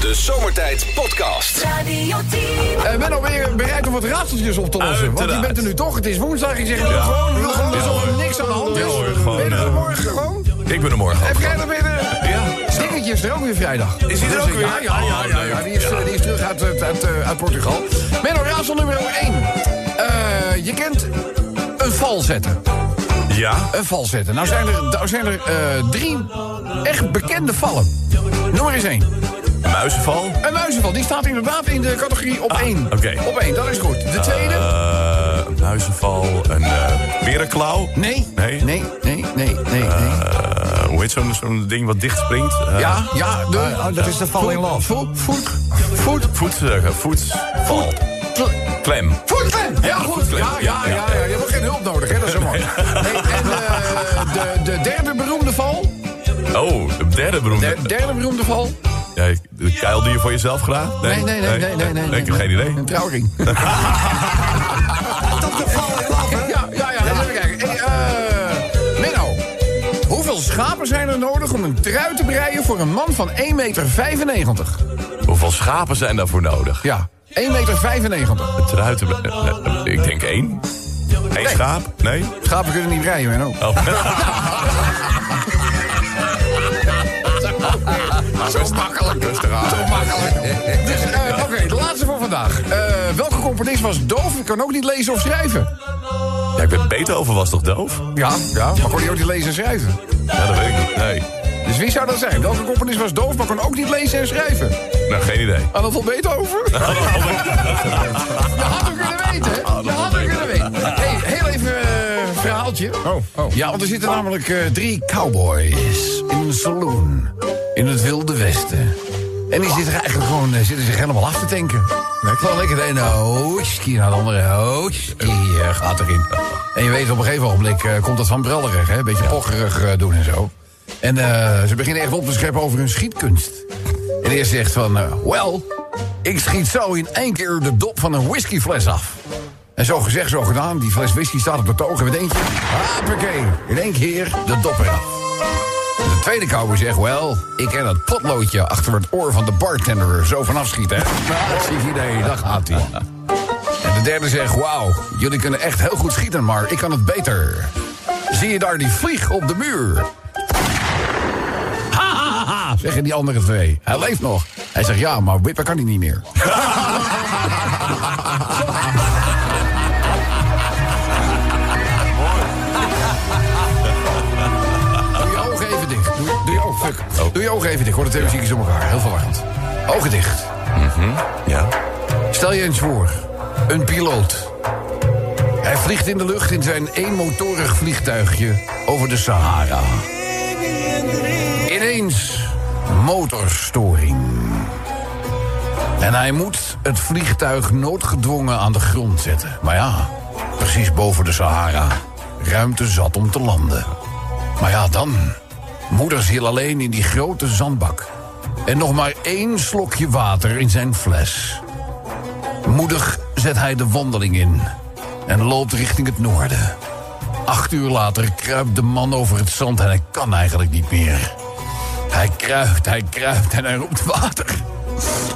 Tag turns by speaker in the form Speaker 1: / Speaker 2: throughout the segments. Speaker 1: De Zomertijd Podcast.
Speaker 2: Radio 10.
Speaker 3: Eh Menno, ben je bereid om wat raadseltjes op te lossen? Want je
Speaker 4: Uiteraard.
Speaker 3: bent er nu toch, het is woensdag. Ik zeg wil gewoon, wil gewoon alsof er niks aan de hand is.
Speaker 4: Ja, hoor, gewoon,
Speaker 3: ben je er
Speaker 4: eh,
Speaker 3: morgen gewoon?
Speaker 4: Ik ben er morgen
Speaker 3: En
Speaker 4: ook.
Speaker 3: vrijdag ben je er. Stikkertje is eh, er ook weer vrijdag.
Speaker 4: Is die er
Speaker 3: Dus
Speaker 4: ook
Speaker 3: ik-
Speaker 4: weer?
Speaker 3: Ja, ja,
Speaker 4: Ah, ja, ja, ja.
Speaker 3: die, is, eh, die is terug uit, uit, uit, eh, uit Portugal. Menno, raadsel nummer 1. Eh je kent een val zetten.
Speaker 4: Ja.
Speaker 3: Een val zetten. Nou zijn er, nou zijn er eh, drie echt bekende vallen. Noem er eens één.
Speaker 4: Muizenval.
Speaker 3: Een muizenval, die staat inderdaad in de categorie op
Speaker 4: Ah,
Speaker 3: 1.
Speaker 4: oké.
Speaker 3: Op 1, dat is goed. De tweede...
Speaker 4: Eh, een muizenval. Een eh berenklauw.
Speaker 3: Nee.
Speaker 4: Nee.
Speaker 3: Nee, nee, nee, nee. nee.
Speaker 4: Eh, hoe heet zo'n zo'n ding wat dicht springt? Eh,
Speaker 3: ja, ja, de,
Speaker 5: dat is de val in love.
Speaker 3: Voet, voet, voet,
Speaker 4: Voet, eh, voetval.
Speaker 3: kle-
Speaker 4: Klem.
Speaker 3: voetklem. Ja, goed.
Speaker 4: voetklem.
Speaker 3: Ja, ja, ja,
Speaker 4: Ja,
Speaker 3: ja,
Speaker 4: ja.
Speaker 3: Je hebt ook geen hulp nodig, hè? Dat is zo mooi. Nee, en eh, de, de derde beroemde val.
Speaker 4: Oh, de derde beroemde.
Speaker 3: De derde beroemde val.
Speaker 4: Ja, de kuil die je voor jezelf graag?
Speaker 3: Nee, nee, nee, nee, nee. nee, nee,
Speaker 4: Ik heb geen idee.
Speaker 3: Een trouwring.
Speaker 5: Dat de val in love, hè?
Speaker 3: Ja, ja, ja. dat Even kijken. Hey, eh, Menno. Hoeveel schapen zijn er nodig om een trui te breien voor een man van 1,95 meter?
Speaker 4: Hoeveel schapen zijn daarvoor nodig?
Speaker 3: Ja, 1,95 meter.
Speaker 4: Eruit te bre- eh, eh, Ik denk één. Eén schaap? Nee?
Speaker 3: Schapen kunnen niet rijden, Menno.
Speaker 4: Oh.
Speaker 3: Ah, Zo makkelijk. Rustig aan. Zo makkelijk. Dus, eh, oké, de laatste voor vandaag. Eh, welke componist was doof en kan ook niet lezen of schrijven?
Speaker 4: Ja, ik ben Beethoven was toch doof?
Speaker 3: Ja, ja. Maar kon hij ook niet lezen en schrijven?
Speaker 4: Ja, dat weet ik niet. Nee.
Speaker 3: Dus wie zou dat zijn? Welke componist was doof, maar kon ook niet lezen en schrijven?
Speaker 4: Nou, geen idee.
Speaker 3: Anatol Beethoven? Je had hem kunnen weten, hè? Je had hem kunnen weten. Hey, heel even eh, een verhaaltje.
Speaker 4: oh.
Speaker 3: Ja, want er zitten namelijk eh, drie cowboys in een saloon in het Wilde Westen. En die zitten eigenlijk gewoon, eh, zitten zich helemaal af te tanken. Gewoon lekker de ene hoogski naar de andere hoogski eh, gaat erin. En je weet, op een gegeven ogenblik eh, komt dat van brellerig, hè? Beetje pocherig eh, doen en zo. En eh, ze beginnen echt op te scheppen over hun schietkunst. En eerst zegt van, eh, well, ik schiet zo in één keer de dop van een whiskyfles af. En zo gezegd, zo gedaan. Die fles whisky staat op de toog. En met eentje, hoppakee, in één keer de dop eraf. En De tweede cowboy zegt, wel, ik ken het potloodje achter het oor van de bartender er zo vanaf schieten. hè." Nou, dat is het idee, daar gaat hij. En de derde zegt, wauw, jullie kunnen echt heel goed schieten, maar ik kan het beter. Zie je daar die vlieg op de muur? Ha, ha, ha, ha, Zeggen die andere twee. Hij leeft nog. Hij zegt ja, maar wippen kan hij niet meer. Doe je ogen even dicht. Doe, doe je ogen, fuck. Doe je ogen even dicht. Ik Hoor de twee muziekjes op elkaar. Heel verwarrend. Ogen dicht.
Speaker 4: Ja.
Speaker 3: Stel je eens voor, een piloot. Hij vliegt in de lucht in zijn eenmotorig vliegtuigje over de Sahara. Ineens motorstoring. En hij moet het vliegtuig noodgedwongen aan de grond zetten. Maar ja, precies boven de Sahara. Ruimte zat om te landen. Maar ja, dan. Moederziel alleen in die grote zandbak. En nog maar één slokje water in zijn fles. Moedig zet hij de wandeling in en loopt richting het noorden. Acht uur later kruipt de man over het zand en hij kan eigenlijk niet meer. Hij kruipt, hij kruipt en hij roept water.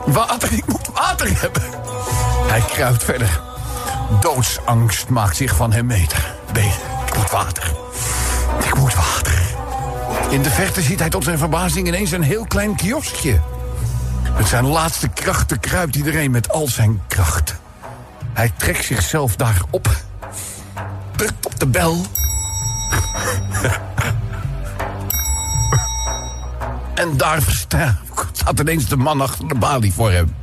Speaker 3: Water, ik moet water hebben. Hij kruipt verder. Doodsangst maakt zich van hem meter. Nee, ik moet water. Ik moet water. In de verte ziet hij tot zijn verbazing ineens een heel klein kioskje. Met zijn laatste krachten kruipt iedereen met al zijn kracht. Hij trekt zichzelf daarop. Drukt op de bel. en daar versta- staat ineens de man achter de balie voor hem.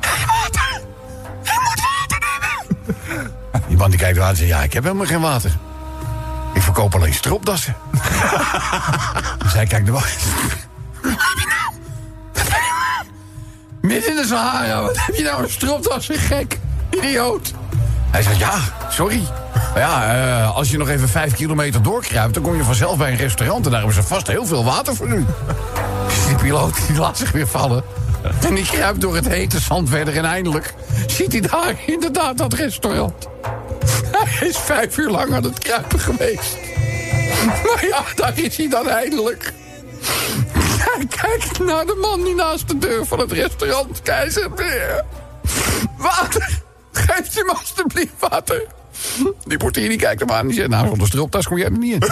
Speaker 3: Hij moet water! Hij moet water nemen! Die man die kijkt aan en zegt, ja, ik heb helemaal geen water. Ik verkoop alleen stropdassen. dus hij kijkt naar buiten. Midden in de Sahara, wat heb je nou een stropdas, een gek, idioot. Hij zegt, ja, sorry. Maar ja, eh, als je nog even vijf kilometer doorkruipt... dan kom je vanzelf bij een restaurant en daar hebben ze vast heel veel water voor u. Dus die piloot die laat zich weer vallen. En die kruipt door het hete zand verder en eindelijk... ziet hij daar inderdaad dat restaurant. Hij is vijf uur lang aan het kruipen geweest. Maar ja, daar is hij dan eindelijk. Hij kijkt naar de man die naast de deur van het restaurant Keizerbeer. Water! Geef hem alstublieft water. Die portier die kijkt hem aan en die zegt... Nou, zonder stropdas kom jij er niet in.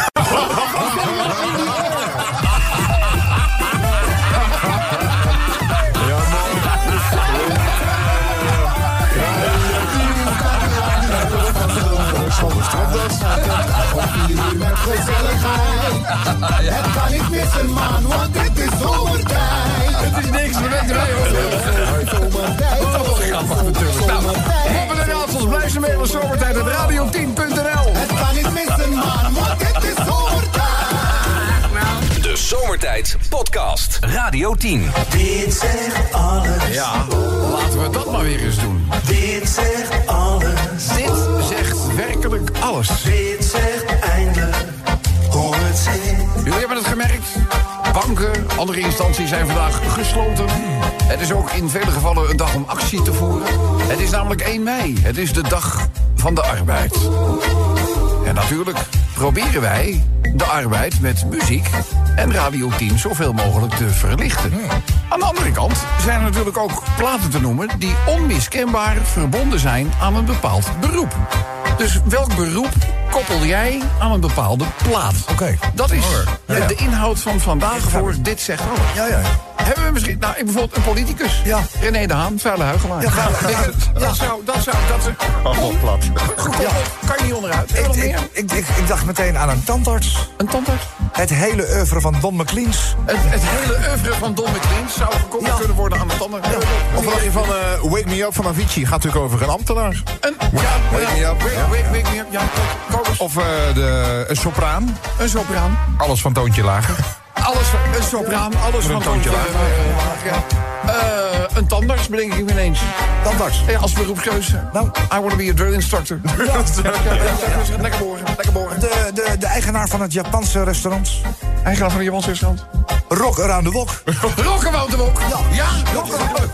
Speaker 2: Zonder stropdas. Met gezelligheid. Het kan niet missen, man, want het is zomertijd.
Speaker 3: Het is niks, we weten wij hoor.
Speaker 2: Zomertijd. Zomertijd.
Speaker 3: Robben en Raadsels, blijf ze mee, want zomertijd op radio10.nl.
Speaker 2: Het kan niet missen, man, want het is zomertijd.
Speaker 1: De Zomertijd Podcast. Radio 10.
Speaker 6: Dit zegt alles,
Speaker 3: Ja, laten we dat maar weer eens doen.
Speaker 6: dit zegt alles,
Speaker 3: Dit zegt werkelijk alles.
Speaker 6: dit zegt eindelijk hoe het zit.
Speaker 3: Jullie hebben het gemerkt. Banken, andere instanties zijn vandaag gesloten. Het is ook in vele gevallen een dag om actie te voeren. Het is namelijk 1 mei. Het is de dag van de arbeid. En natuurlijk proberen wij de arbeid met muziek en Radio 10 zoveel mogelijk te verlichten. Aan de andere kant zijn er natuurlijk ook platen te noemen die onmiskenbaar verbonden zijn aan een bepaald beroep. Dus welk beroep koppel jij aan een bepaalde plaat?
Speaker 5: Oké.
Speaker 3: Dat is
Speaker 5: Ja.
Speaker 3: de inhoud van vandaag voor Dit Zegt Alles.
Speaker 5: Ja, ja.
Speaker 3: Hebben we misschien, nou, ik bijvoorbeeld een politicus.
Speaker 5: Ja.
Speaker 3: René de Haan, vuile huigelaar.
Speaker 5: Ja, ga- ga-
Speaker 3: Ik- Dat zou, dat zou, dat zou...
Speaker 7: Oh, plat.
Speaker 3: Gekoppeld, kan je niet onderuit.
Speaker 5: Ik,
Speaker 3: Hebben we nog
Speaker 5: ik,
Speaker 3: meer?
Speaker 5: ik, ik, ik dacht meteen aan een tandarts.
Speaker 3: Een tandarts?
Speaker 5: Het hele oeuvre van Don McLeans.
Speaker 3: Het, het hele oeuvre van Don McLean zou gekoppeld
Speaker 5: Ja.
Speaker 3: kunnen worden aan de tanden.
Speaker 7: Of wat je van eh, Wake Me Up van Avicii gaat natuurlijk over een ambtenaar.
Speaker 3: Een, ja,
Speaker 7: Wake me up.
Speaker 3: Wake, wake, wake me up. Ja, kokos.
Speaker 7: Of eh, de, een sopraan.
Speaker 3: Een sopraan.
Speaker 7: Alles van toontje lager.
Speaker 3: Alles van, een sopraan. Alles van
Speaker 7: Een toontje
Speaker 3: Don- eh, ja. Eh, een tandarts bedenk ik me ineens.
Speaker 5: Tandarts.
Speaker 3: Ja, als beroepskeuze.
Speaker 5: Nou.
Speaker 3: I want to be a drill instructor. Ja. ja, ja, ja. Lekker boren, lekker boren.
Speaker 5: De, de, de eigenaar van het Japanse restaurant.
Speaker 3: Eigenaar van de Japanse restaurant.
Speaker 5: Rock Around the Wok.
Speaker 3: Rokkenwoud de Wok. Ja, Rokkenwoud.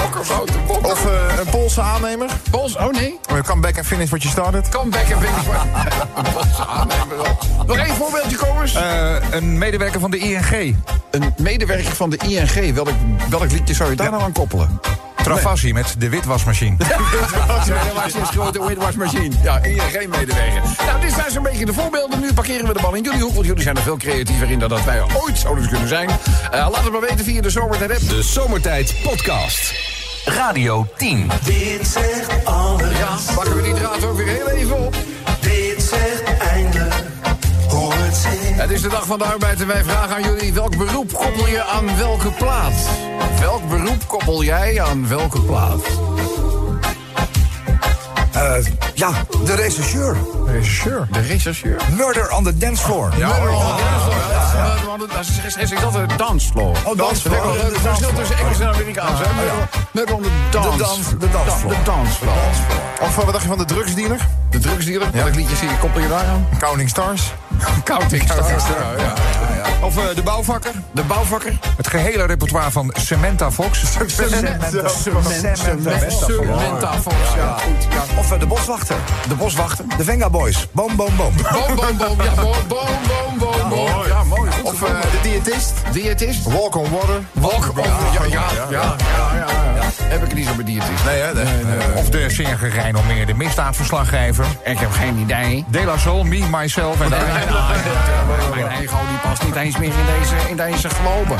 Speaker 3: Rokkenwoud de Wok.
Speaker 7: Of eh, een Poolse aannemer.
Speaker 3: Bols, oh nee.
Speaker 7: Come back and finish what you started.
Speaker 3: Comeback en finish. Een Bolse aannemer. Nog één voorbeeldje, komers.
Speaker 7: Eh, een medewerker van de ING.
Speaker 3: Een medewerker van de ING, welk, welk liedje zou je daar nou aan koppelen?
Speaker 7: Travassi met de witwasmachine.
Speaker 3: Sinds grote weightwashmachine. Ja, ING-medewerker. Nou, dit zijn zo'n beetje de voorbeelden. Nu parkeren we de bal in jullie hoek, want jullie zijn er veel creatiever in dan dat wij ooit zouden kunnen zijn. Eh, laat het maar weten via de Zomertijd app.
Speaker 1: De Zomertijd Podcast. Radio 10.
Speaker 6: Dit zegt alles,
Speaker 3: Ja, pakken we die draad ook weer heel even op.
Speaker 6: dit zegt eindelijk hoe het zit.
Speaker 3: Het is de dag van de arbeid en wij vragen aan jullie... welk beroep koppel je aan welke plaats? Welk beroep koppel jij aan welke plaats?
Speaker 5: Eh, ja, de regisseur.
Speaker 7: Sure.
Speaker 3: De rechercheur.
Speaker 5: Murder on the Dance Floor.
Speaker 7: Ja, hoor.
Speaker 3: Is dat een dansvloer?
Speaker 5: Oh,
Speaker 3: Er is
Speaker 5: dansvloer.
Speaker 3: wel een verschil tussen Engels en Amerikaans. hè? Met om de dans.
Speaker 5: De dans- de dansvloer.
Speaker 3: De dansvloer.
Speaker 7: Of eh, wat dacht je van de drugsdealer?
Speaker 3: De drugsdealer. Welk liedje zie je? Koppel je daar aan?
Speaker 7: Counting Stars.
Speaker 3: Koud ik
Speaker 7: Of eh, de bouwvakker.
Speaker 3: De bouwvakker.
Speaker 7: Het gehele repertoire van Samantha Fox.
Speaker 5: Samantha- Samantha- Samantha-
Speaker 3: Samantha Fox. Ja, goed. ja.
Speaker 5: Of eh, de boswachter.
Speaker 3: De boswachter.
Speaker 5: De Venga Boys. Boom, boom, boom.
Speaker 3: Boom, boom, boom. Ja, boom, boom, boom, boom, boom. Ja, mooi. Goed
Speaker 7: Of
Speaker 3: gevonden.
Speaker 7: eh, de diëtist.
Speaker 3: Diëtist?
Speaker 7: Walk on water.
Speaker 3: Walk over. Ja, ja, ja. ja, ja, ja. Heb ik het niet zo bij diëtist?
Speaker 7: Nee, hè? Nee, Of de zeer gerenommeerde misdaadverslaggever.
Speaker 3: Ik heb geen idee.
Speaker 7: De La Soul, Me, Myself en I.
Speaker 3: Mijn ego die past niet eens meer in deze, in deze globen.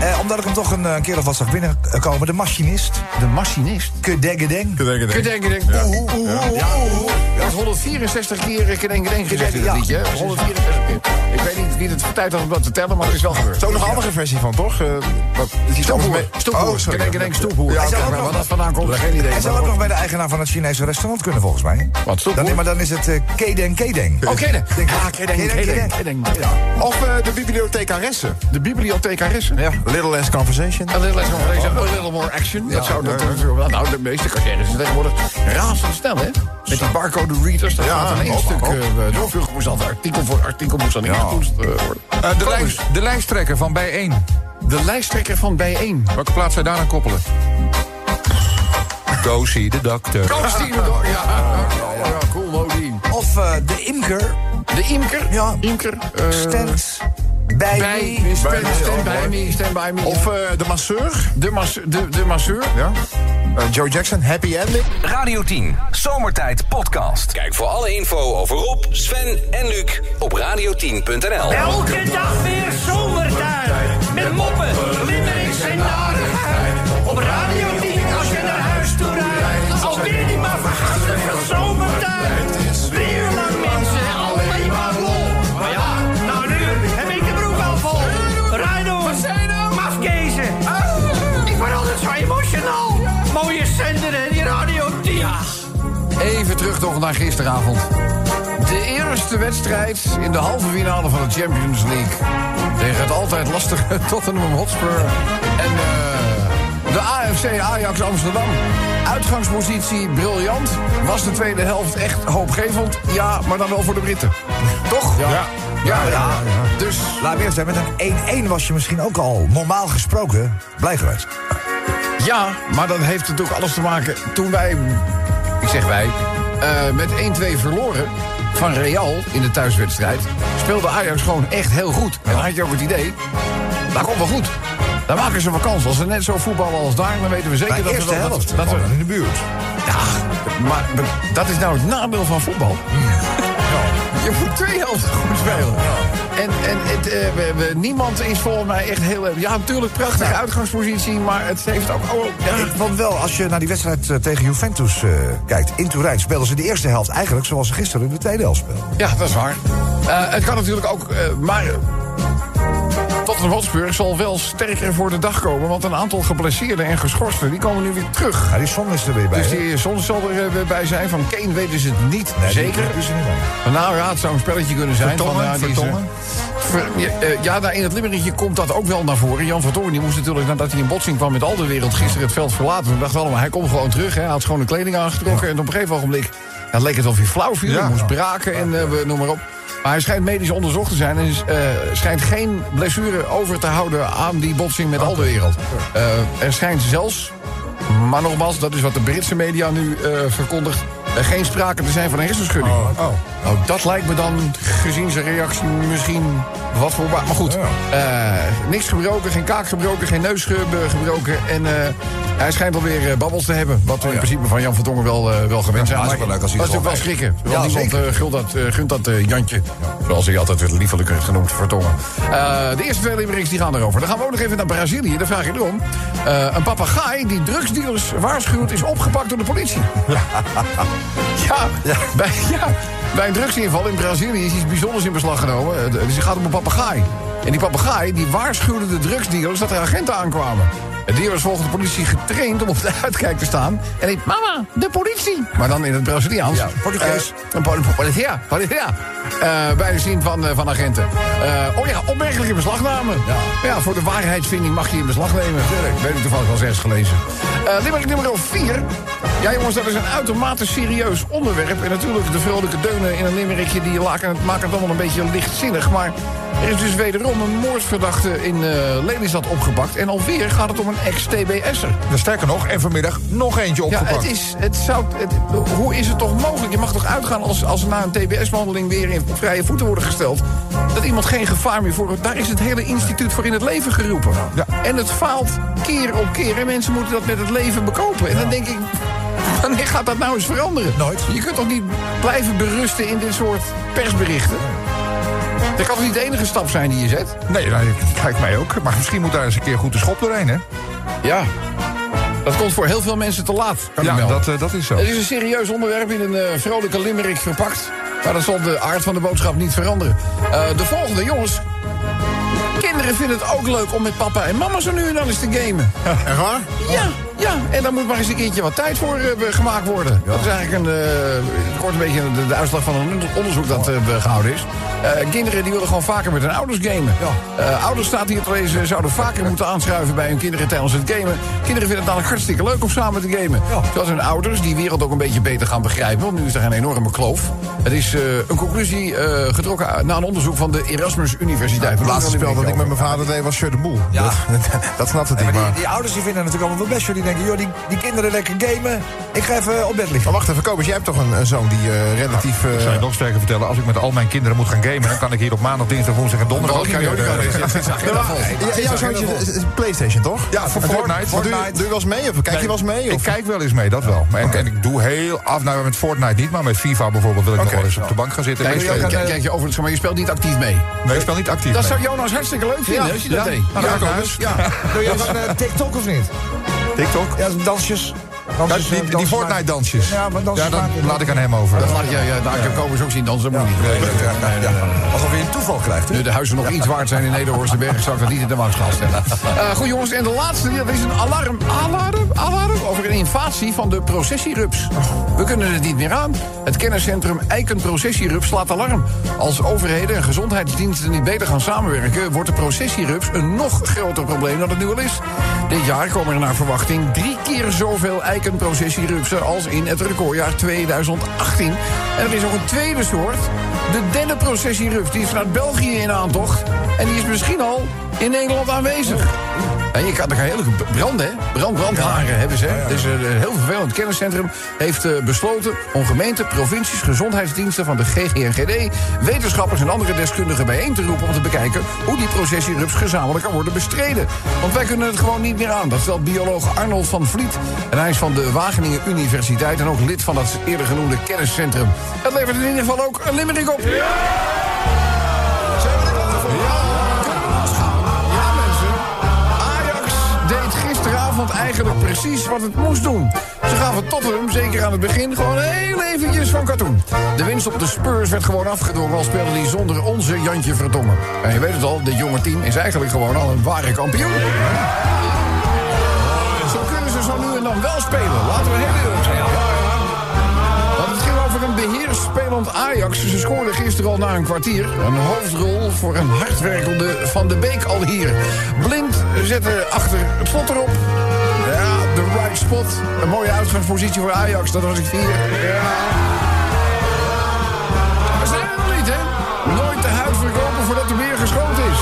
Speaker 5: Eh, omdat ik hem toch een eh, keer of wat zag binnenkomen. De machinist.
Speaker 3: De machinist.
Speaker 5: Kedegedeng.
Speaker 3: Kedeng, kedeng. Oeh, oeh, oeh, oeh, oeh, oeh. Dat is 164 keer eh, kedeng, kedeng gezegd in dat
Speaker 5: Ja.
Speaker 3: liedje. hè? 164 keer. Ik weet niet wie het voor tijd had om dat te tellen, maar het is wel gebeurd.
Speaker 7: Er is ook nog een andere versie van, toch? Eh, wat, is die
Speaker 3: Stoephoer.
Speaker 7: anders mee-
Speaker 3: Stoephoer.
Speaker 7: Oh, sorry.
Speaker 3: Kedeng, kedeng, stoephoer.
Speaker 7: Ja,
Speaker 3: Ja,
Speaker 7: oké.
Speaker 5: zou ook
Speaker 3: maar
Speaker 5: nog-
Speaker 3: waar dat vandaan komt, geen idee.
Speaker 5: Hij zou ook nog bij de eigenaar van het Chinese restaurant kunnen, volgens mij.
Speaker 3: Wat, stoephoer?
Speaker 5: Dan, nee, maar dan is het eh, Kedeng Kedeng.
Speaker 3: Oké, dan. Ah, kedeng, kedeng, kedeng. Ja.
Speaker 7: Of eh, de bibliothecaresse.
Speaker 3: De bibliothecaresse.
Speaker 7: Little Less Conversation.
Speaker 3: A little, less more, action. a little more action. dat zou dat, dat- nou, de meeste carrières zijn tegenwoordig razendsnel, hè? Met die barcode readers, dat
Speaker 7: Ja,
Speaker 3: gaat in één
Speaker 7: ook,
Speaker 3: stuk
Speaker 7: ook.
Speaker 3: eh, door. Vroeger moest altijd artikel voor artikel moest dan ingepoetst eh, worden.
Speaker 7: Eh, de,
Speaker 3: Kom
Speaker 7: lijst,
Speaker 3: eens.
Speaker 7: de lijsttrekker van Bijeen.
Speaker 3: de lijsttrekker van bijeen.
Speaker 7: Welke plaats zou je daar aan koppelen? Go see the doctor.
Speaker 3: Coach Team, ja, ja, ja, ja, cool, Modine.
Speaker 5: Of eh, de imker.
Speaker 3: De imker,
Speaker 5: Ja.
Speaker 3: imker, eh,
Speaker 5: Stens. Bij,
Speaker 3: Bij,
Speaker 5: wie?
Speaker 3: stand,
Speaker 7: me.
Speaker 3: stand by me, stand by me.
Speaker 8: Of eh, de masseur.
Speaker 3: de, mas, de, de masseur.
Speaker 8: Ja. Eh, Joe Jackson, happy ending.
Speaker 1: Radio 10, Zomertijd Podcast.
Speaker 4: Kijk voor alle info over Rob, Sven en Luc op radio10.nl.
Speaker 9: Elke dag weer zomertijd. Met moppen, limericks en narigheid. Op Radio 10 als je naar huis toe rijdt. Alweer die maar vergaande zomertijd. Drie uur lang mensen, alleen maar lol. Maar ja, nou nu heb ik de broek al vol. Rijdon, mafkezen. Ik word altijd zo emotional. Mooie zender en die Radio 10.
Speaker 3: Even terug nog naar gisteravond. De eerste wedstrijd in de halve finale van de Champions League. Tegen het altijd lastige Tottenham Hotspur. En eh, de AFC Ajax Amsterdam. Uitgangspositie briljant. Was de tweede helft echt hoopgevend? Ja, maar dan wel voor de Britten. Toch? Ja. Ja, ja, Dus
Speaker 5: Laat me eerlijk zijn, met een 1-1 was je misschien ook al normaal gesproken blij geweest.
Speaker 3: ja, maar dat heeft natuurlijk alles te maken. Toen wij, ik zeg wij, eh, met 1-2 verloren van Real in de thuiswedstrijd... speelde Ajax gewoon echt heel goed. En dan had je ook het idee, dat komt wel goed. Dan maken ze wel kans. Als ze net zo voetballen als daar, dan weten we zeker
Speaker 5: Bij
Speaker 3: dat
Speaker 5: eerste
Speaker 3: we... dat-
Speaker 5: helft.
Speaker 3: Dat, dat we
Speaker 5: in de buurt.
Speaker 3: ja, maar dat is nou het nadeel van voetbal. Je moet twee helften goed spelen. En, en het, eh, we- we- niemand is volgens mij echt heel... erg- Ja, natuurlijk prachtige uitgangspositie, maar het heeft ook... Oh, ja.
Speaker 5: Ik vond wel, als je naar die wedstrijd eh, tegen Juventus eh, kijkt... in Turijn speelden ze de eerste helft eigenlijk zoals ze gisteren in de tweede helft speelden.
Speaker 3: Ja, dat is waar. Eh, het kan natuurlijk ook... eh maar Tottenham Hotspur zal wel sterker voor de dag komen... want een aantal geblesseerden en geschorsten die komen nu weer terug.
Speaker 5: Maar die zon is er weer bij.
Speaker 3: Dus
Speaker 5: hè?
Speaker 3: die soms zal er eh, weer bij zijn. Van Kane weten ze het niet
Speaker 5: Nee, die-
Speaker 3: zeker.
Speaker 5: die is er niet bij.
Speaker 3: Nou ja, het zou een spelletje kunnen zijn.
Speaker 8: Vertongen,
Speaker 3: ja, die is,
Speaker 8: Vertongen.
Speaker 3: eh, ver- ja, eh, ja, daar in het limmeretje komt dat ook wel naar voren. Jan Vertongen die moest natuurlijk nadat hij in botsing kwam met al de wereld gisteren het veld verlaten. Toen dachten we allemaal, hij komt gewoon terug. Hè. Hij had schone kleding aangetrokken. En op een gegeven ogenblik ja, leek het alsof hij flauw viel.
Speaker 8: Ja.
Speaker 3: Hij moest braken en eh, we noem maar op. Maar hij schijnt medisch onderzocht te zijn en is, eh, schijnt geen blessure over te houden aan die botsing met al de wereld. Eh, er schijnt zelfs, maar nogmaals, dat is wat de Britse media nu eh, verkondigt, er geen sprake te zijn van een hersenschudding.
Speaker 5: Oh.
Speaker 3: Nou, dat lijkt me dan, gezien zijn reactie, misschien wat voor... Maar goed, eh, niks gebroken, geen kaak gebroken, geen neus ge- be- gebroken. En eh, hij schijnt alweer eh, babbels te hebben. Wat we in principe van Jan van Dongen wel, eh, wel gewend zijn.
Speaker 5: Oh, maar
Speaker 3: Maar
Speaker 5: het is wel leuk als hij
Speaker 3: dat is
Speaker 5: er
Speaker 3: ook wel
Speaker 5: gewoon
Speaker 3: schrikken.
Speaker 5: Ja,
Speaker 3: Want niemand
Speaker 5: zeker.
Speaker 3: eh, gunt dat, eh, gunt dat eh, Jantje. Zoals hij altijd weer liefelijk werd genoemd, Vertongen. Eh, de eerste twee limericks die gaan erover. Dan gaan we ook nog even naar Brazilië, daar vraag je erom. Eh, een papegaai die drugsdealers waarschuwt is opgepakt door de politie. Ja, Bij, ja, bij een drugsinval in Brazilië is iets bijzonders in beslag genomen. Het, het gaat om een papegaai. En die papegaai die waarschuwde de drugsdealers dat er agenten aankwamen. Het dier was volgens de politie getraind om op de uitkijk te staan. En riep, mama, de politie. Maar dan in het Braziliaans.
Speaker 5: Ja, Portugees.
Speaker 3: Eh, een poli- politia, politia. Eh, bij het zien van, eh, van agenten. Eh, oh ja, opmerkelijke beslagname. Ja. voor de waarheidsvinding mag je in beslag nemen. Weet ik toevallig wel eens ergens gelezen. Eh limerick nummer 4. Ja jongens, dat is een uitermate serieus onderwerp. En natuurlijk de vrolijke deunen in een limerickje... die laken het- maken het allemaal een beetje lichtzinnig. Maar er is dus wederom een moordverdachte in eh, Lelystad opgepakt. En alweer gaat het om een ex-TBS'er.
Speaker 7: Nou, Sterker nog, en vanmiddag nog eentje
Speaker 3: Ja,
Speaker 7: opgepakt.
Speaker 3: het is, het zou, het, hoe is het toch mogelijk? Je mag toch uitgaan als, als er na een TBS-wandeling weer in, op vrije voeten worden gesteld... dat iemand geen gevaar meer voor... Daar is het hele instituut voor in het leven geroepen.
Speaker 7: Ja.
Speaker 3: En het faalt keer op keer. En mensen moeten dat met het leven bekopen. En dan denk ik, wanneer gaat dat nou eens veranderen?
Speaker 5: Nooit.
Speaker 3: Je kunt toch niet blijven berusten in dit soort persberichten? Dat kan toch niet de enige stap zijn die je zet?
Speaker 7: Nee, nou, dat lijkt mij ook. Maar misschien moet daar eens een keer goed de schop doorheen, hè?
Speaker 3: Ja. Dat komt voor heel veel mensen te laat. kan ik
Speaker 7: Ja,
Speaker 3: melden.
Speaker 7: dat, eh, dat is zo.
Speaker 3: Het is een serieus onderwerp in een eh, vrolijke limerick verpakt. Maar dat zal de aard van de boodschap niet veranderen. Eh, de volgende, jongens. Kinderen vinden het ook leuk om met papa en mama zo nu en dan eens te gamen.
Speaker 8: Echt waar?
Speaker 3: Ja, ja. En daar moet maar eens een keertje wat tijd voor eh, gemaakt worden. Dat is eigenlijk een, eh, kort een beetje de, de uitslag van een onderzoek dat eh, gehouden is. Eh, kinderen die willen gewoon vaker met hun ouders gamen. Eh, ouders staat hier te lezen, zouden vaker moeten aanschuiven bij hun kinderen tijdens het gamen. Kinderen vinden het namelijk hartstikke leuk om samen te gamen. Zoals hun ouders die wereld ook een beetje beter gaan begrijpen. Want nu is er een enorme kloof. Het is eh, een conclusie eh, getrokken uit- na een onderzoek van de Erasmus Universiteit.
Speaker 8: Het laatste spel dat ik met mijn vader deed was Shirt de Boel.
Speaker 5: Ja.
Speaker 8: Dat, dat snapte hij.
Speaker 5: Maar
Speaker 8: Maar
Speaker 5: die, die ouders die vinden het natuurlijk allemaal wel best. joh. Die denken, joh, die, die kinderen lekker gamen. Ik ga even eh, op bed liggen.
Speaker 8: Maar wacht even, Kobus, jij hebt toch een, een zoon die eh, relatief... eh,
Speaker 7: Ik zou je nog sterker vertellen, als ik met al mijn kinderen moet gaan gamen... dan kan ik hier op maandag, dinsdag, woensdag en
Speaker 3: Oh,
Speaker 7: donderdag ook niet meer... eh,
Speaker 8: Nee, maar- Ja, jouw zoontje is is een Playstation, toch?
Speaker 7: Ja, voor
Speaker 8: En doe-
Speaker 7: Fortnite.
Speaker 8: Doe, doe,
Speaker 7: Fortnite.
Speaker 8: je wel eens mee? Of kijk je wel eens mee?
Speaker 7: Ik
Speaker 8: Of?
Speaker 7: kijk wel eens mee, dat wel. En, en ik doe heel af, nou met Fortnite niet, maar met FIFA bijvoorbeeld wil ik nog
Speaker 8: Oké.
Speaker 7: wel eens op de bank gaan zitten.
Speaker 3: Kijk,
Speaker 7: Nee,
Speaker 3: je,
Speaker 7: ik speel-
Speaker 3: kijk, kijk je over, zeg maar je speelt niet actief mee.
Speaker 7: nee, ik speel niet actief
Speaker 3: Dat
Speaker 7: mee.
Speaker 3: zou Jonas hartstikke leuk vinden als je dat deed.
Speaker 7: Nou, dan ga ik naar
Speaker 10: dus.
Speaker 7: huis.
Speaker 3: Ja.
Speaker 5: Doe je ook een eh, TikTok of niet?
Speaker 7: TikTok.
Speaker 5: Ja, dansjes.
Speaker 7: Ja,
Speaker 5: dansjes
Speaker 7: die- die
Speaker 5: eh, dansjes
Speaker 7: Fortnite dansjes.
Speaker 5: Ja, maar dansjes
Speaker 7: Ja, dan
Speaker 5: maken-
Speaker 7: laat ik aan hem over.
Speaker 3: Dat laat je, eh, ja, daar kan Kobus ook zien dansen, dat moet niet. Nee, nee, nee, nee.
Speaker 5: Alsof je een toeval krijgt. hè?
Speaker 3: Nu de huizen nog iets waard zijn in Nederhorstenberg, zou ik dat niet in de waagschaal stellen. Eh, goed jongens, en de laatste, dat is een alarm, alarm, alarm over een invasie van de processierups. We kunnen het niet meer aan. Het kenniscentrum Eiken Processierups slaat alarm. Als overheden en gezondheidsdiensten niet beter gaan samenwerken, wordt de processierups een nog groter probleem dan het nu al is. Dit jaar komen er naar verwachting drie keer zoveel eikenprocessierupsen als in het recordjaar 2018. En er is nog een tweede soort, de derde processierups. Die is vanuit België in aantocht en die is misschien al in Nederland aanwezig. En je kan er hele branden, hè? Brand, brandharen hebben ze. hè? Dus eh, een heel vervelend kenniscentrum heeft eh, besloten om gemeenten, provincies, gezondheidsdiensten van de GGNGD, wetenschappers en andere deskundigen bijeen te roepen om te bekijken hoe die processierups gezamenlijk kan worden bestreden. Want wij kunnen het gewoon niet meer aan. Dat stelt bioloog Arnold van Vliet. En hij is van de Wageningen Universiteit en ook lid van dat eerder genoemde kenniscentrum. Dat levert in ieder geval ook een limmering op. Ja, mensen. Ajax deed gisteravond eigenlijk precies wat het moest doen. Ze gaven Tottenham, zeker aan het begin, gewoon heel eventjes van katoen. De winst op de Spurs werd gewoon afgedwongen... al speelde hij zonder onze Jantje Verdongen. En je weet het al, dit jonge team is eigenlijk gewoon al een ware kampioen. Zo kunnen ze zo nu en dan wel spelen. Laten we heel eerlijk zijn. Want het ging over een beheersspelend Ajax. Ze scoorden gisteren al na een kwartier. Een hoofdrol voor een hardwerkende Van de Beek al hier. Blind zette achter het slot erop. Ja, de right spot. Een mooie uitgangspositie voor Ajax, dat was ik hier. Ja. We zijn er nog niet, hè? Nooit de huid verkopen voordat er weer geschoten is.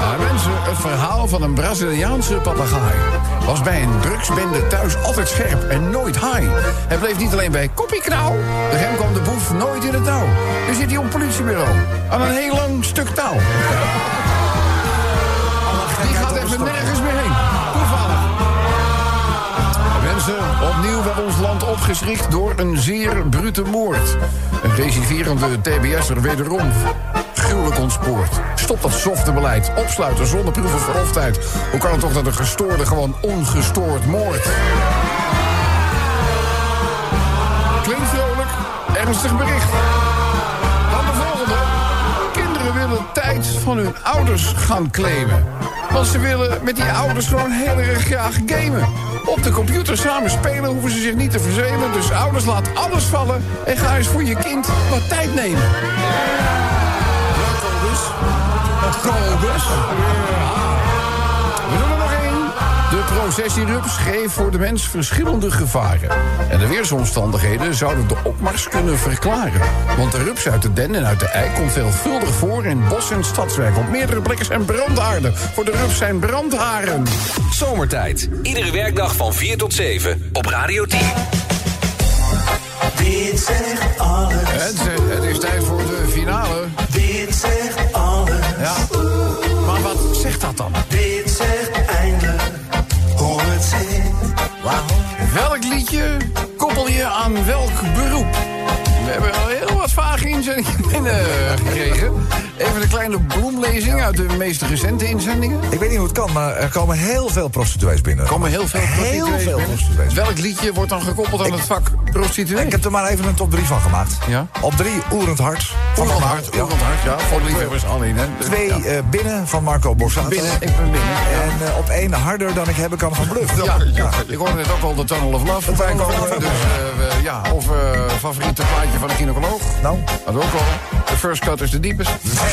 Speaker 3: Maar mensen, het verhaal van een Braziliaanse papegaai was bij een drugsbende thuis altijd scherp en nooit high. Hij bleef niet alleen bij koppieknauw, de rem kwam de boef nooit in het nauw. Nu zit hij op het politiebureau aan een heel lang stuk touw. Die gaat even nergens meer heen. Toevallig. Mensen, opnieuw werd ons land opgeschrikt door een zeer brute moord. Een reciverende TBS'er wederom gruwelijk ontspoord. Stop dat softe beleid. Opsluiten zonder proeven voor oftijd. Hoe kan het toch dat een gestoorde gewoon ongestoord moord? Klinkt vrolijk, ernstig bericht. Dan de volgende. Kinderen willen tijd van hun ouders gaan claimen. Want ze willen met die ouders gewoon heel erg graag gamen. Op de computer samen spelen hoeven ze zich niet te verzelen. Dus ouders laat alles vallen en ga eens voor je kind wat tijd nemen. Kobus. We doen er nog één. De processierups geeft voor de mens verschillende gevaren. En de weersomstandigheden zouden de opmars kunnen verklaren. Want de rups uit de den en uit de eik komt veelvuldig voor in bos en stadswerk. Op meerdere plekken zijn brandaarden. Voor de rups zijn brandharen.
Speaker 4: Zomertijd. Iedere werkdag van 4 tot 7 op Radio 10.
Speaker 6: Dit zegt alles,
Speaker 3: Het, eh, het is tijd voor de finale.
Speaker 6: dit zegt alles,
Speaker 3: Ja. Maar wat zegt dat dan?
Speaker 6: dit zegt eindelijk hoe het zit.
Speaker 3: Welk liedje koppel je aan welk beroep? We hebben al heel wat vage inzendingen binnengekregen. eh, Even een kleine bloemlezing uit de meest recente inzendingen.
Speaker 5: Ik weet niet hoe het kan, maar er komen heel veel prostituees binnen.
Speaker 3: Er komen heel veel
Speaker 5: Heel
Speaker 3: prostituees
Speaker 5: veel
Speaker 3: binnen.
Speaker 5: prostituees.
Speaker 3: Welk liedje wordt dan gekoppeld aan
Speaker 5: Ik-
Speaker 3: het vak prostituee?
Speaker 5: Ik heb er maar even een top 3 van gemaakt.
Speaker 3: Ja.
Speaker 5: Op 3 Oerend Hart. Van
Speaker 3: Oerend
Speaker 5: Van
Speaker 3: hart,
Speaker 5: Ja.
Speaker 3: oerend hart, ja. Voor de liefhebbers alleen, hè.
Speaker 5: Twee
Speaker 3: Ja.
Speaker 5: eh, binnen van Marco Borsato.
Speaker 3: Binnen, ik ben binnen. ja.
Speaker 5: En eh, op één harder dan ik hebben kan van Bluff.
Speaker 3: Ja, ja, ik hoorde net ook al de Tunnel of Love voorbij
Speaker 5: Tunnel of
Speaker 3: komen.
Speaker 5: Love.
Speaker 3: Dus, eh, we- ja, of eh favoriete plaatje van de gynaecoloog.
Speaker 5: Nou.
Speaker 3: Dat ook al. De first cut is de deepest.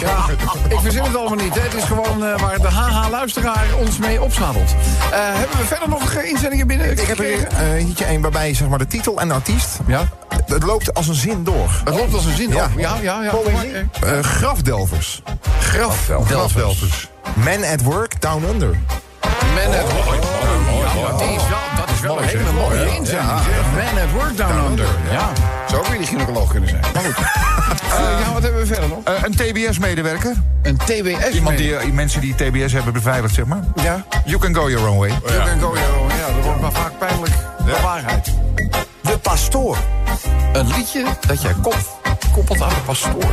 Speaker 3: Ja, ik verzin het allemaal niet. hè. Het is gewoon eh, waar de HH-luisteraar ons mee opzadelt. Eh, hebben we verder nog eh, inzendingen binnen?
Speaker 8: Ik heb er eh hiertje één waarbij zeg maar, de titel en de artiest...
Speaker 3: Ja?
Speaker 8: Het loopt als een zin door.
Speaker 3: Het loopt als een zin. Ja, ja, ja. ja.
Speaker 8: Poëzie. Eh, grafdelvers.
Speaker 3: Grafdelvers.
Speaker 8: Men at Work Down Under.
Speaker 3: Men at Work. Ja, die wel een
Speaker 11: mooi,
Speaker 3: hele
Speaker 11: zeg.
Speaker 3: mooie
Speaker 11: Ja.
Speaker 3: inzending.
Speaker 11: Ja.
Speaker 3: zeg. Man at work down under. Ja.
Speaker 11: Zou ook weer die gynaecoloog kunnen zijn. Maar goed. Eh, ja, wat hebben we verder nog?
Speaker 10: Eh, een TBS-medewerker.
Speaker 3: Een TWS.
Speaker 10: Iemand die, eh, mensen die TBS hebben beveiligd, zeg maar.
Speaker 11: Ja.
Speaker 3: Oh,
Speaker 10: You can go your own way.
Speaker 11: You can go your own. Ja, dat wordt maar vaak pijnlijk.
Speaker 3: de waarheid.
Speaker 12: De pastoor.
Speaker 3: Een liedje dat jij kop, koppelt aan de pastoor.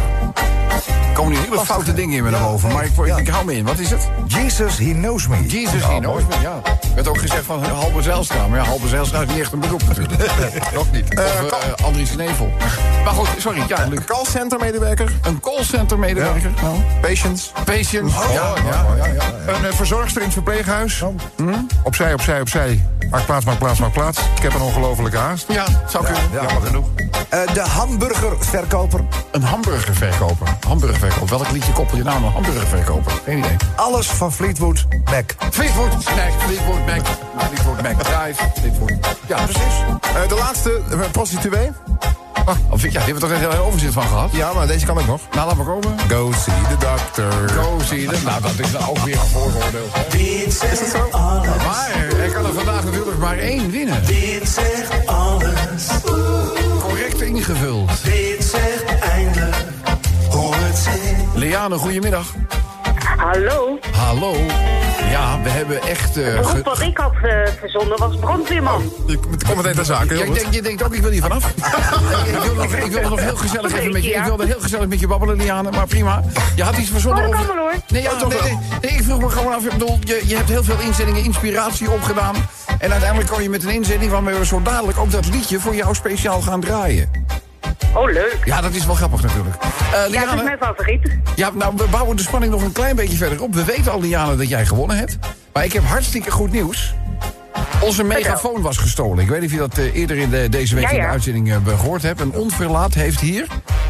Speaker 3: Er komen nu hele foute dingen in me naar boven, maar ik, ik,
Speaker 12: Ja.
Speaker 3: ik hou me in. Wat is het?
Speaker 12: Jesus, he knows me.
Speaker 3: Jesus in Oost, ja. werd ook gezegd van Halbe Zijlstra. Maar ja, Halbe Zijlstra is niet echt een beroep natuurlijk. Nog niet. Of eh, eh, Andries Nevel. Maar goed, sorry. Ja, Luc.
Speaker 11: Een callcenter medewerker.
Speaker 3: Een callcenter medewerker. Nou,
Speaker 11: Patients.
Speaker 3: patient. Oh, ja,
Speaker 11: ja, ja, ja.
Speaker 10: Oh, Een eh, verzorgster in het verpleeghuis. Hm? Opzij, opzij, opzij. Maak plaats, maak plaats, maak plaats. Ik heb een ongelofelijke haast.
Speaker 3: ja. zou kunnen.
Speaker 12: ja.
Speaker 3: Jammer genoeg.
Speaker 12: Eh, de hamburgerverkoper.
Speaker 3: Een hamburgerverkoper. Hamburgerverkoper. Welk liedje koppel je nou aan een hamburgerverkoper? Geen idee.
Speaker 12: Alles van Fleetwood Mac.
Speaker 3: Fleetwood Mac, Fleetwood Mac, Fleetwood Mac Drive, Fleetwood... Ja, precies.
Speaker 11: Eh, de laatste, eh, prostituee.
Speaker 3: Of, ja, die hebben we toch echt heel heel overzicht van gehad?
Speaker 11: Ja, maar deze kan ik nog.
Speaker 3: Nou, laat maar komen.
Speaker 11: Go see the doctor.
Speaker 3: Zo zie je dat. Nou, dat is nou ook weer een vooroordeel.
Speaker 6: Dit zegt alles,
Speaker 3: Maar er kan er vandaag natuurlijk maar één winnen.
Speaker 6: dit zegt alles.
Speaker 3: Correct ingevuld.
Speaker 6: Dit zegt eindelijk hoe het zit.
Speaker 3: Liane, goedemiddag.
Speaker 9: Hallo.
Speaker 3: Hallo. Ja, we hebben echt... eh,
Speaker 9: Het
Speaker 3: ge-
Speaker 9: beroep wat ik had eh, verzonnen was brandweerman.
Speaker 11: Je komt meteen ter zake,
Speaker 3: Ja,
Speaker 11: heel
Speaker 3: ik
Speaker 11: goed.
Speaker 3: denk, je denkt ook, ik wil hier vanaf. ik, wil nog, ik wil nog heel gezellig even met je. Ik wilde heel gezellig met je babbelen, Liane, maar prima. Je had iets verzonnen
Speaker 9: Oh, dat kan
Speaker 3: over-
Speaker 9: wel, hoor.
Speaker 3: Nee, ja, nee, nee, nee, ik vroeg me gewoon af. Ik bedoel, je, je hebt heel veel inzendingen, inspiratie opgedaan. En uiteindelijk kwam je met een inzending waarmee we zo dadelijk ook dat liedje voor jou speciaal gaan draaien.
Speaker 9: Oh, leuk.
Speaker 3: Ja, dat is wel grappig natuurlijk. Eh,
Speaker 9: Ja, dat is
Speaker 3: Liane,
Speaker 9: mijn favoriet.
Speaker 3: ja, nou, we bouwen de spanning nog een klein beetje verder op. We weten al, Liane, dat jij gewonnen hebt. Maar ik heb hartstikke goed nieuws. Onze megafoon was gestolen. Ik weet niet of je dat eh, eerder in de, deze week
Speaker 9: Ja,
Speaker 3: in
Speaker 9: ja.
Speaker 3: de uitzending eh, be- gehoord hebt. Een onverlaat heeft hier,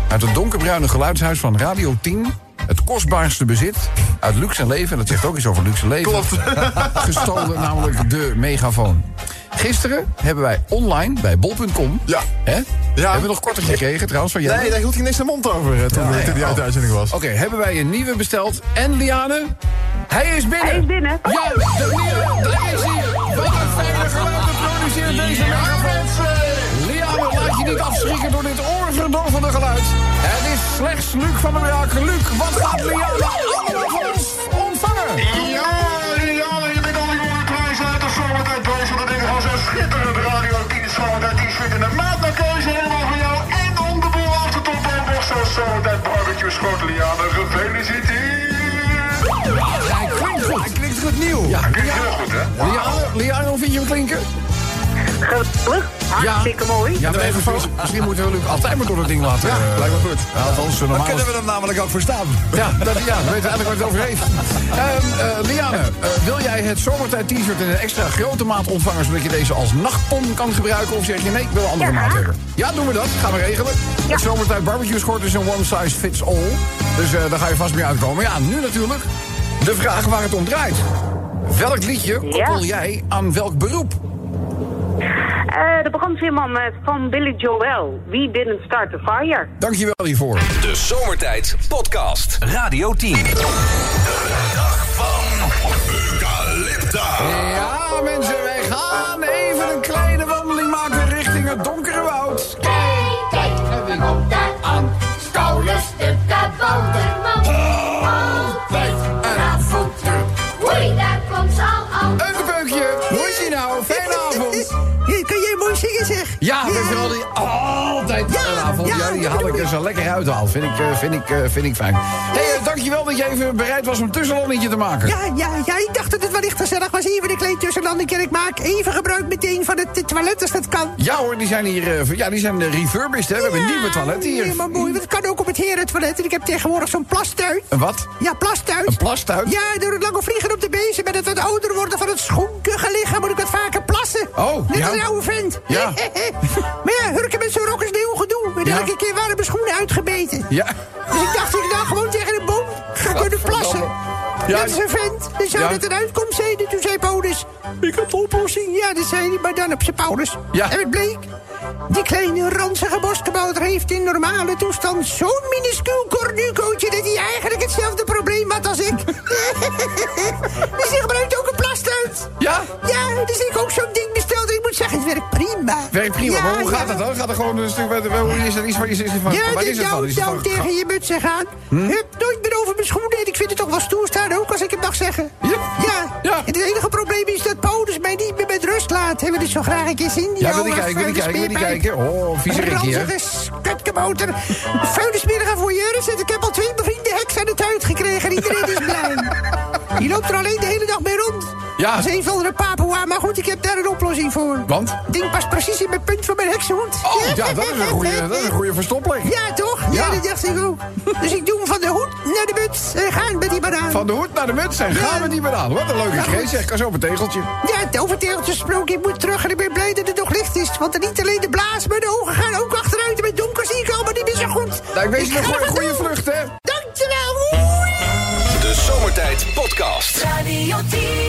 Speaker 3: uit het donkerbruine geluidshuis van Radio 10... het kostbaarste bezit uit luxe en leven. En dat zegt ook iets over luxe leven. Klopt. Gestolen, namelijk de megafoon. Gisteren hebben wij online bij bol.com...
Speaker 11: Ja.
Speaker 3: Hè,
Speaker 11: Ja.
Speaker 3: Hebben we nog korting gekregen trouwens van Jelle?
Speaker 11: Nee, daar hield hij niks de mond over eh, toen,
Speaker 3: nee,
Speaker 11: toen die
Speaker 3: oh.
Speaker 11: uit de uitzending was.
Speaker 3: Oké, hebben wij een nieuwe besteld. En Liane, hij is binnen.
Speaker 9: Hij is binnen.
Speaker 3: Ja, de nieuwe, daar is hij. Wat een fijne geluiden produceert deze megafoon. Liane, laat je niet afschrikken door dit oorverdovende geluid. Het is slechts Luc van der Werk. Luc, wat gaat Liane allemaal van ons ontvangen?
Speaker 7: Ja, Liane, je bent al die jongen prijs uit de zomertijd boos van de dingen van zo'n schitterend Radio 10 zomertijd t-shirt en een maat naar keuze helemaal voor jou en om de boel af te toppen ook nog zo'n zomertijd barbecue schot Liane, gefeliciteerd!
Speaker 3: Hij klinkt goed. Hij klinkt goed nieuw. Ja,
Speaker 7: Klinkt heel goed hè?
Speaker 3: Liane, Liane, hoe vind je hem klinken?
Speaker 9: Geweldig. Hartstikke mooi.
Speaker 3: Ja, maar even, misschien moeten we Luc altijd maar door dat ding laten. eh, Ja, lijkt me goed. althans, normaal is-
Speaker 12: Kunnen we hem namelijk ook verstaan?
Speaker 3: Ja, dat, ja, we weten eigenlijk waar het over heeft. Ehm, eh, Liane, eh, wil jij het zomertijd t-shirt in een extra grote maat ontvangen... zodat je deze als nachtpon kan gebruiken? Of zeg je nee, ik wil een andere
Speaker 9: Ja.
Speaker 3: maat hebben? Ja, doen we dat. Gaan we regelen. Het zomertijd barbecue schort is een one size fits all. Dus eh, daar ga je vast mee uitkomen. Ja, nu natuurlijk de vraag waar het om draait. Welk liedje koppel jij aan welk beroep?
Speaker 9: Eh, de brandweerman eh, van Billy Joel. We didn't start the fire.
Speaker 3: Dankjewel hiervoor.
Speaker 1: De Zomertijd Podcast. Radio 10.
Speaker 3: Ja, mensen, wij gaan even een kleine wandeling maken richting het donkere woud.
Speaker 2: Kijk, we komt daar aan. Stoulers de kabouterman. Altijd raadvoeter. Hoi, daar komt ze al aan.
Speaker 3: Een beukje. Hoe is ie nou? Fijne avond.
Speaker 5: Kun jij mooi zingen, zeg?
Speaker 3: Ja, we vooral die altijd fijne avond. Ja, die haal ik er zo lekker uithaal. Vind ik, eh, vind ik, eh, vind ik fijn. Hé, hey, eh, dankjewel dat je even bereid was om een tussenlandetje te maken.
Speaker 5: Ja, ja, ja, ik dacht dat het wellicht gezellig was. Even een klein tussenlandje. Ik maak even gebruik meteen van het eh, toilet als dat kan.
Speaker 3: Ja hoor, die zijn hier eh, ja, die zijn eh, refurbished. Hè. We hebben een nieuwe toilet
Speaker 5: Ja,
Speaker 3: hier.
Speaker 5: maar mooi. want Het kan ook op het herentoilet. En ik heb tegenwoordig zo'n plastuit.
Speaker 3: Een wat?
Speaker 5: Ja, plastuit.
Speaker 3: Een plastuit?
Speaker 5: Ja, door het lange vliegen op de bezem en het wat ouder worden van het schoenkige lichaam moet ik wat vaker plassen.
Speaker 3: Oh,
Speaker 5: Net
Speaker 3: ja.
Speaker 5: als een oude vent.
Speaker 3: Ja.
Speaker 5: maar ja, hurken met zo'n rok is een heel gedoe. En
Speaker 3: Ja.
Speaker 5: elke keer waren mijn schoenen uitgebeten.
Speaker 3: Ja.
Speaker 5: Dus ik dacht, ik nou gewoon tegen een boom ga kunnen plassen.
Speaker 3: Ja.
Speaker 5: Dat is een vent. Dan zou
Speaker 3: Ja.
Speaker 5: dat een uitkomst zijn. En toen zei Paulus, ik heb de oplossing. Ja, dat zei hij, maar dan op zijn Paulus.
Speaker 3: Ja.
Speaker 5: En het bleek, die kleine ranzige boskabouter heeft in normale toestand... zo'n minuscuul cornucootje dat hij eigenlijk hetzelfde probleem had als ik. dus die gebruikt ook een plastuit.
Speaker 3: Ja?
Speaker 5: Ja, dus ik ook zo'n ding besteld. Ik moet moet zeggen, het werkt prima.
Speaker 3: Werkt prima,
Speaker 5: Ja,
Speaker 3: maar hoe
Speaker 5: ja.
Speaker 3: gaat dat dan? Gaat er gewoon een stuk... Wel, wel, is er iets van... Is er iets van
Speaker 5: Ja,
Speaker 3: waar
Speaker 5: de
Speaker 3: is het van?
Speaker 5: jou
Speaker 3: Is het Hm?
Speaker 5: zou
Speaker 3: van
Speaker 5: tegen je muts zeggen aan. Hup, nooit meer over mijn schoenen. En ik vind het toch wel stoer staan, ook als ik het mag zeggen. Ja. En het enige probleem is dat Paulus mij niet meer met rust laat. Hebben we dit zo graag een keer zien? die
Speaker 3: Ja, wil ik
Speaker 5: oude
Speaker 3: kijken, wil ik kijken, wil ik
Speaker 5: vuilnisbeerpijp.
Speaker 3: kijken. Oh, vieze Rikkie, hè?
Speaker 5: Ranzige skutkemotor. Vuilnismiddag voor Juris. En ik heb al twee bevriende heks aan het huid gekregen. Iedereen is blij. Die loopt er alleen de hele dag mee rond.
Speaker 3: Ja.
Speaker 5: Dat is een van de papoea. Maar goed, ik heb daar een oplossing voor.
Speaker 3: Want?
Speaker 5: ding past precies in mijn punt van mijn heksenhoed.
Speaker 3: Oh, ja, dat is een goeie- dat is een goeie verstoppeling.
Speaker 5: Ja, toch? Ja. dat dacht ik ook. Dus ik doe hem van de hoed naar de muts. En gaan met die banaan.
Speaker 3: Van de hoed naar de muts en gaan we niet meer aan. Wat een leuke
Speaker 5: Ja,
Speaker 3: kreet
Speaker 5: goed.
Speaker 3: zeg. Kan zo op een tegeltje.
Speaker 5: Ja, het overteeltje sprook. Ik moet terug en ik ben blij dat het nog licht is. Want er niet alleen de blaas, maar de ogen gaan ook achteruit. En met donker zie ik allemaal niet meer zo goed.
Speaker 3: Nou, ik wens je een
Speaker 5: ga
Speaker 3: goeie-
Speaker 5: er van
Speaker 3: goeie
Speaker 5: doen.
Speaker 3: vlucht, hè.
Speaker 5: Dankjewel. Oei.
Speaker 1: De Zomertijd Podcast.
Speaker 2: Radio 10.